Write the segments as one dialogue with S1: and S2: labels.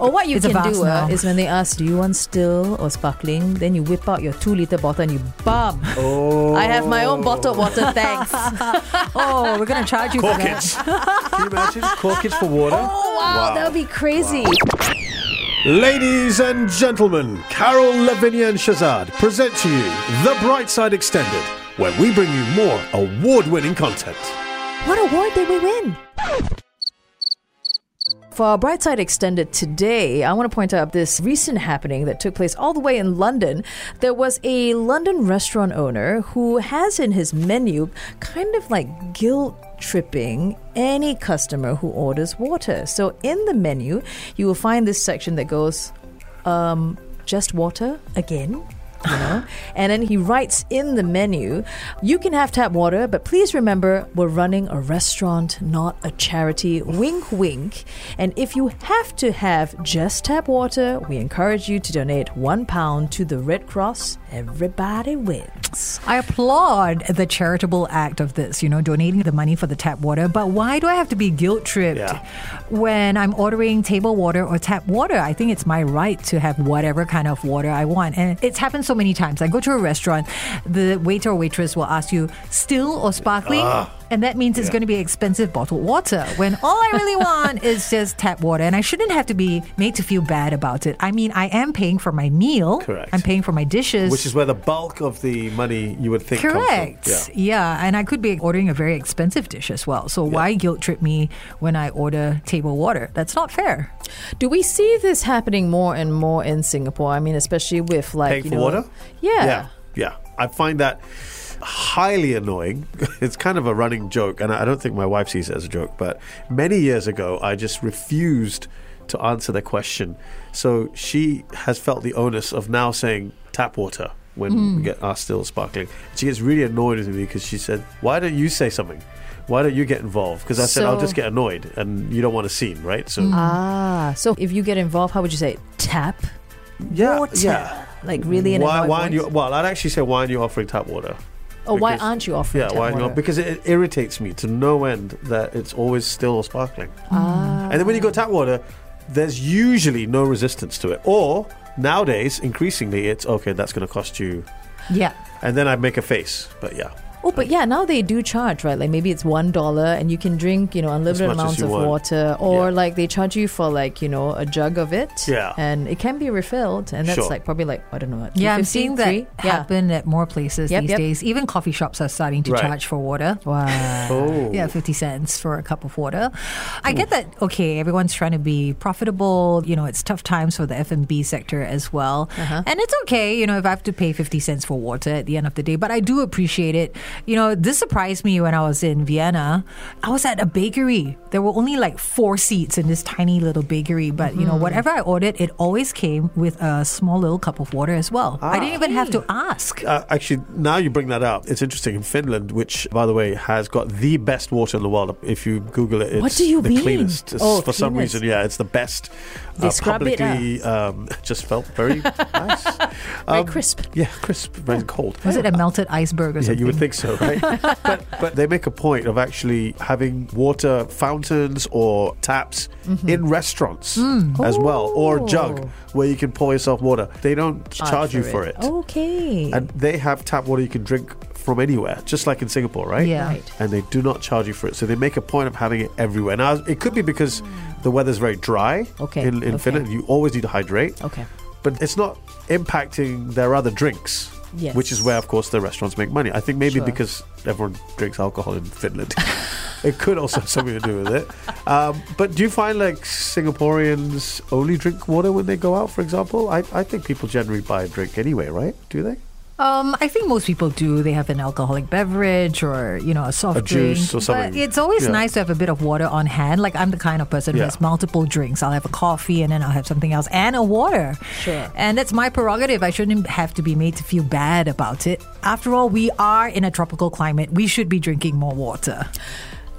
S1: Or what you
S2: It's a
S1: can
S2: vase
S1: do uh,
S2: now.
S1: is when they ask, do you want still or sparkling? Then you whip out your two liter bottle and you bum.
S3: Oh.
S1: I have my own bottled water, thanks.
S2: Oh, we're gonna charge you for that.
S3: Corkage. Can you imagine corkage for water?
S1: oh wow, that would be crazy.
S3: Ladies and gentlemen, Carol, Lavinia, and Shazad present to you The Bright Side Extended, where we bring you more award winning content.
S2: What award did we win?
S1: For our Brightside Extended today, I want to point out this recent happening that took place all the way in London. There was a London restaurant owner who has in his menu kind of like guilt tripping any customer who orders water. So in the menu, you will find this section that goes, um, just water again. You know? and then he writes in the menu, you can have tap water, but please remember we're running a restaurant, not a charity. Wink, wink. And if you have to have just tap water, we encourage you to donate one pound to the Red Cross. Everybody wins.
S2: I applaud the charitable act of this, you know, donating the money for the tap water. But why do I have to be guilt tripped
S3: Yeah.
S2: when I'm ordering table water or tap water? I think it's my right to have whatever kind of water I want. And it's happened so many times. I go to a restaurant, the waiter or waitress will ask you, still or sparkling?
S3: Ah.
S2: and that means it's going to be expensive bottled water when all I really want is just tap water. And I shouldn't have to be made to feel bad about it. I mean, I am paying for my meal,
S3: Correct.
S2: I'm paying for my dishes.
S3: Which is where the bulk of the money you would think
S2: Correct.
S3: comes from.
S2: yeah. and I could be ordering a very expensive dish as well. So why guilt trip me when I order table water? That's not fair.
S1: Do we see this happening more and more in Singapore? I mean, especially with like.
S3: Paying
S1: you
S3: for
S1: know,
S3: water?
S1: Yeah.
S3: Yeah. Yeah. I find that highly annoying. It's kind of a running joke, and I don't think my wife sees it as a joke, but many years ago, I just refused to answer the question. So she has felt the onus of now saying tap water when
S1: Hmm.
S3: we get our still sparkling. She gets really annoyed with me because she said, Why don't you say something? Why don't you get involved? Because I said, I'll
S1: So-
S3: just get annoyed, and you don't want a scene, right? So,
S1: Ah, so if you get involved, how would you say? Tap?
S3: yeah.
S1: water.
S3: yeah.
S1: Like really an
S3: Why,
S1: annoyed
S3: why aren't
S1: voice?
S3: you, well, I'd actually say, Why aren't you offering tap water?
S1: Or Oh, why
S3: because-
S1: aren't you offering
S3: Yeah,
S1: tap
S3: why
S1: water?
S3: not? Because it irritates me to no end that it's always still sparkling.
S1: Ah.
S3: And then when you go tap water, there's usually no resistance to it. Or nowadays, increasingly, it's okay, that's going to cost you.
S2: Yeah.
S3: And then I make a face. But yeah.
S1: Oh, but yeah, now they do charge, right? Like maybe it's one dollar, and you can drink, you know, unlimited
S3: much as
S1: amounts
S3: you
S1: of
S3: want.
S1: water, or
S3: Yeah.
S1: like they charge you for like you know a jug of it,
S3: Yeah.
S1: and it can be refilled, and that's
S3: Sure.
S1: like probably like I don't know, what,
S2: Yeah, I'm
S1: 250,
S2: seeing that
S1: three?
S2: happen at more places
S1: Yep,
S2: these
S1: yep.
S2: days. Even coffee shops are starting to
S3: Right.
S2: charge for water.
S1: Yeah. Wow.
S3: Oh.
S2: Yeah, 50 cents for a cup of water. I get that, okay, everyone's trying to be profitable. You know, it's tough times for the F&B sector as well.
S3: Uh-huh.
S2: And it's okay, you know, if I have to pay 50 cents for water at the end of the day. But I do appreciate it. You know, this surprised me when I was in Vienna. I was at a bakery. There were only like four seats in this tiny little bakery. But, you
S3: Mm-hmm.
S2: know, whatever I ordered, it always came with a small little cup of water as well. I didn't even
S3: Ah.
S2: have to ask.
S3: Uh, actually, now you bring that up, it's interesting. In Finland, which, by the way, has got the best water in the world, if you Google it, it's
S1: What do you
S3: the
S1: mean?
S3: cleanest. It's-
S1: Oh,
S3: for some
S1: cleanest.
S3: reason, yeah, it's the best. Uh,
S1: They scrub it, ah.
S3: publicly, um, just felt very nice.
S1: Very
S3: Um,
S1: crisp.
S3: Yeah, crisp, very cold.
S2: Was it a melted iceberg or
S3: Ah. Yeah,
S2: something?
S3: you would think so, right? but, but they make a point of actually having water fountains or taps in restaurants as well, or a jug
S1: Oh.
S3: where you can pour yourself water. They don't charge you for it.
S1: Okay.
S3: And they have tap water you can drink from anywhere, just like in Singapore, right?
S2: Yeah.
S1: Right.
S3: And they do not charge you for it. So they make a point of having it everywhere. Now, it could be because the weather's very dry
S1: Okay,
S3: in, in
S1: okay.
S3: Finland. You always need to hydrate
S1: okay.
S3: but it's not impacting their other drinks.
S1: Yes.
S3: Which is where, of course, the restaurants make money. I think maybe
S1: Sure.
S3: because everyone drinks alcohol in Finland, it could also have something to do with it. Um, but do you find like Singaporeans only drink water when they go out, for example? I, I think people generally buy a drink anyway, right? Do they?
S2: Um, I think most people do. They have an alcoholic beverage or you know a soft
S3: A
S2: drink.
S3: juice or something.
S2: But it's always
S3: Yeah.
S2: nice to have a bit of water on hand. Like I'm the kind of person who
S3: Yeah.
S2: has multiple drinks. I'll have a coffee and then I'll have something else and a water.
S1: Sure.
S2: And that's my prerogative. I shouldn't have to be made to feel bad about it. After all, we are in a tropical climate. We should be drinking more water.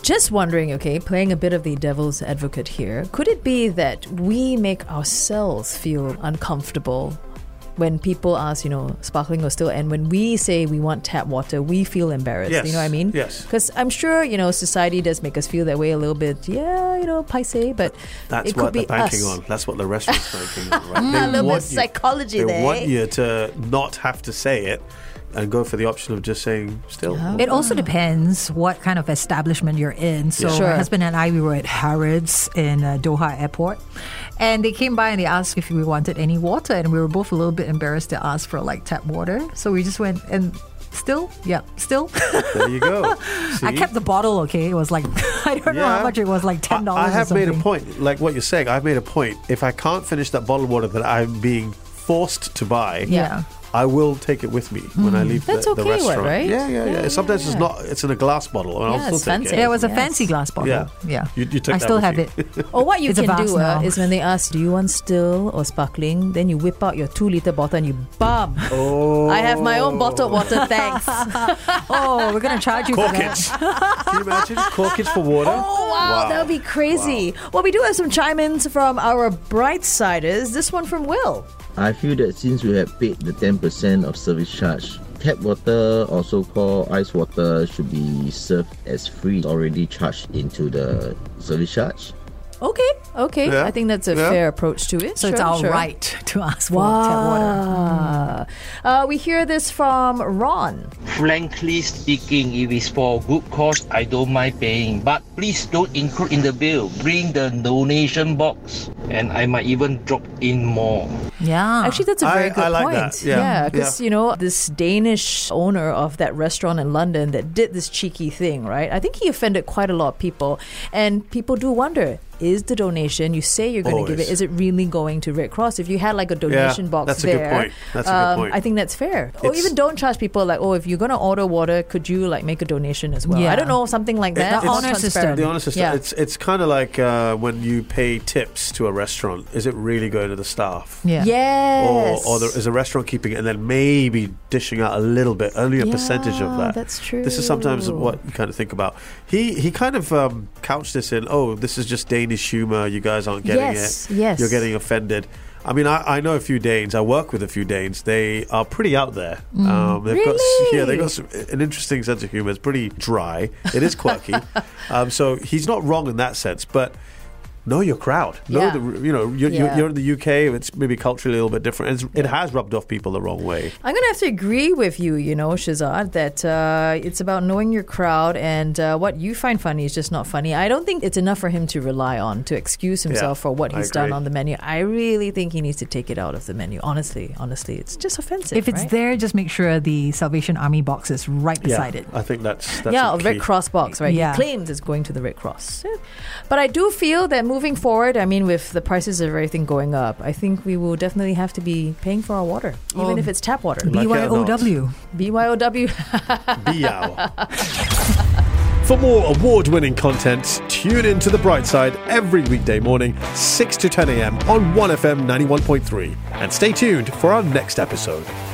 S1: Just wondering, okay, playing a bit of the devil's advocate here, could it be that we make ourselves feel uncomfortable when people ask, you know, sparkling or still, and when we say we want tap water, we feel embarrassed.
S3: Yes,
S1: You know what I mean?
S3: yes.
S1: Because I'm sure, you know, society does make us feel that way a little bit. Yeah, you know, paise, but
S3: That's
S1: it could
S3: what
S1: be
S3: they're banking
S1: us. Mm,
S3: on. That's what the restaurant's banking on, right?
S1: A
S3: They
S1: little bit
S3: want
S1: of
S3: you-
S1: psychology
S3: They
S1: there, eh?
S3: want you to not have to say it and go for the option of just saying still.
S1: Uh-huh.
S2: It also
S3: Hmm.
S2: depends what kind of establishment you're in. So
S1: Yeah. Sure.
S2: my husband and I, we were at Harrods in uh, Doha Airport, and they came by and they asked if we wanted any water, and we were both a little bit embarrassed to ask for like tap water. So we just went and. Still, yeah, still.
S3: There you go.
S2: I
S3: See?
S2: kept the bottle. Okay, it was like I don't know
S3: Yeah.
S2: how much it was, like
S3: I-
S2: ten dollars.
S3: I, have
S2: or something.
S3: made a point, like what you're saying. I've made a point. If I can't finish that bottled water that I'm being forced to buy,
S2: Yeah.
S3: I will take it with me when I leave
S1: Mm. That's
S3: the,
S1: okay
S3: the
S1: what,
S3: restaurant.
S1: right?
S3: Yeah, yeah, yeah.
S1: Yeah,
S3: Sometimes
S1: yeah.
S3: it's not. It's in a glass bottle, and
S1: Yeah,
S3: I'll still
S1: it's
S3: take
S1: fancy.
S3: it.
S2: Yeah, it was a
S1: Yes.
S2: fancy glass bottle.
S3: Yeah.
S2: yeah.
S3: You- you took
S2: I
S3: that
S2: still
S3: with
S2: have
S3: you.
S2: it.
S1: Or what you
S2: It's a
S1: can
S2: vase
S1: do uh,
S2: now.
S1: is when they ask, do you want still or sparkling? Then you whip out your two liter bottle and you bum.
S3: Oh,
S1: I have my own bottled water, thanks.
S2: oh, we're gonna charge you for that.
S3: corkage. Can you imagine corkage for water?
S1: Oh wow, that would be crazy. Well, we do have some chime-ins from our bright siders. This one from Will.
S4: I feel that since we have paid the 10% of service charge, tap water, also called ice water, should be served as free, already charged into the service charge.
S1: Okay, okay.
S3: Yeah,
S1: I think that's a
S3: yeah.
S1: fair approach to it.
S2: So it's
S1: Sure,
S2: our
S1: sure.
S2: right to ask for tap water.
S1: Wow. Uh, we hear this from Ron.
S5: Frankly speaking, if it's for a good cause, I don't mind paying. But please don't include in the bill. Bring the donation box, and I might even drop in more.
S2: Yeah.
S1: Actually, that's a very
S3: I-
S1: good
S3: I like
S1: point.
S3: that. Yeah,
S1: because
S3: yeah.
S1: you know this Danish owner of that restaurant in London that did this cheeky thing, right? I think he offended quite a lot of people, and people do wonder: Is the donation you say you're going to give it? Is
S3: Always.
S1: it really going to Red Cross? If you had like a donation box,
S3: that's a good
S1: there,
S3: point. That's a good
S1: um,
S3: point.
S1: I think that's fair. or
S3: It's-
S1: even don't charge people like, oh, if you're going to order water, could you like make a donation as well?
S2: Yeah.
S1: I don't know, something like that.
S2: The
S1: More
S2: honor
S1: transparent.
S2: system.
S3: The honor system.
S1: Yeah.
S3: It's it's kind of like uh, when you pay tips to a restaurant. Is it really going to the staff?
S2: yeah.
S1: Yes.
S3: Or, or there is a restaurant keeping it and then maybe dishing out a little bit, only a
S1: Yeah,
S3: percentage of that.
S1: that's
S3: This is sometimes
S1: true.
S3: what you kind of think about. He he kind of um, couched this in, oh, this is just Danish humor. You guys aren't getting
S1: Yes,
S3: it.
S1: yes.
S3: You're getting offended. I mean, I, I know a few Danes. I work with a few Danes. They are pretty out there.
S1: Mm.
S3: Um, they've got s- yeah, they've got some, an interesting sense of humor. It's pretty dry. It is quirky. um, so he's not wrong in that sense, but know your crowd. Know
S1: Yeah.
S3: the you know you're,
S1: Yeah.
S3: you're, you're in the UK. It's maybe culturally a little bit different. It's, It has rubbed off people the wrong way.
S1: I'm going to have to agree with you, you know, Shazad, that uh, it's about knowing your crowd and uh, what you find funny is just not funny. I don't think it's enough for him to rely on to excuse himself
S3: Yeah,
S1: for what
S3: I
S1: he's done
S3: agree.
S1: on the menu. I really think he needs to take it out of the menu. Honestly, honestly, it's just offensive.
S2: If it's
S1: right?
S2: there, just make sure the Salvation Army box is right beside it.
S3: I think that's, that's
S1: yeah,
S3: a
S1: a Red
S3: key.
S1: Cross box, right?
S2: Yeah.
S1: He claims it's going to the Red Cross. Yeah. But I do feel that moving forward, I mean, with the prices of everything going up, I think we will definitely have to be paying for our water, even
S2: Oh.
S1: if it's tap water.
S3: Like it or not.
S2: BYOW.
S1: BYOW.
S3: Biao. For more award winning content, tune in to The Bright Side every weekday morning, 6 to 10 a.m. on 1FM 91.3. And stay tuned for our next episode.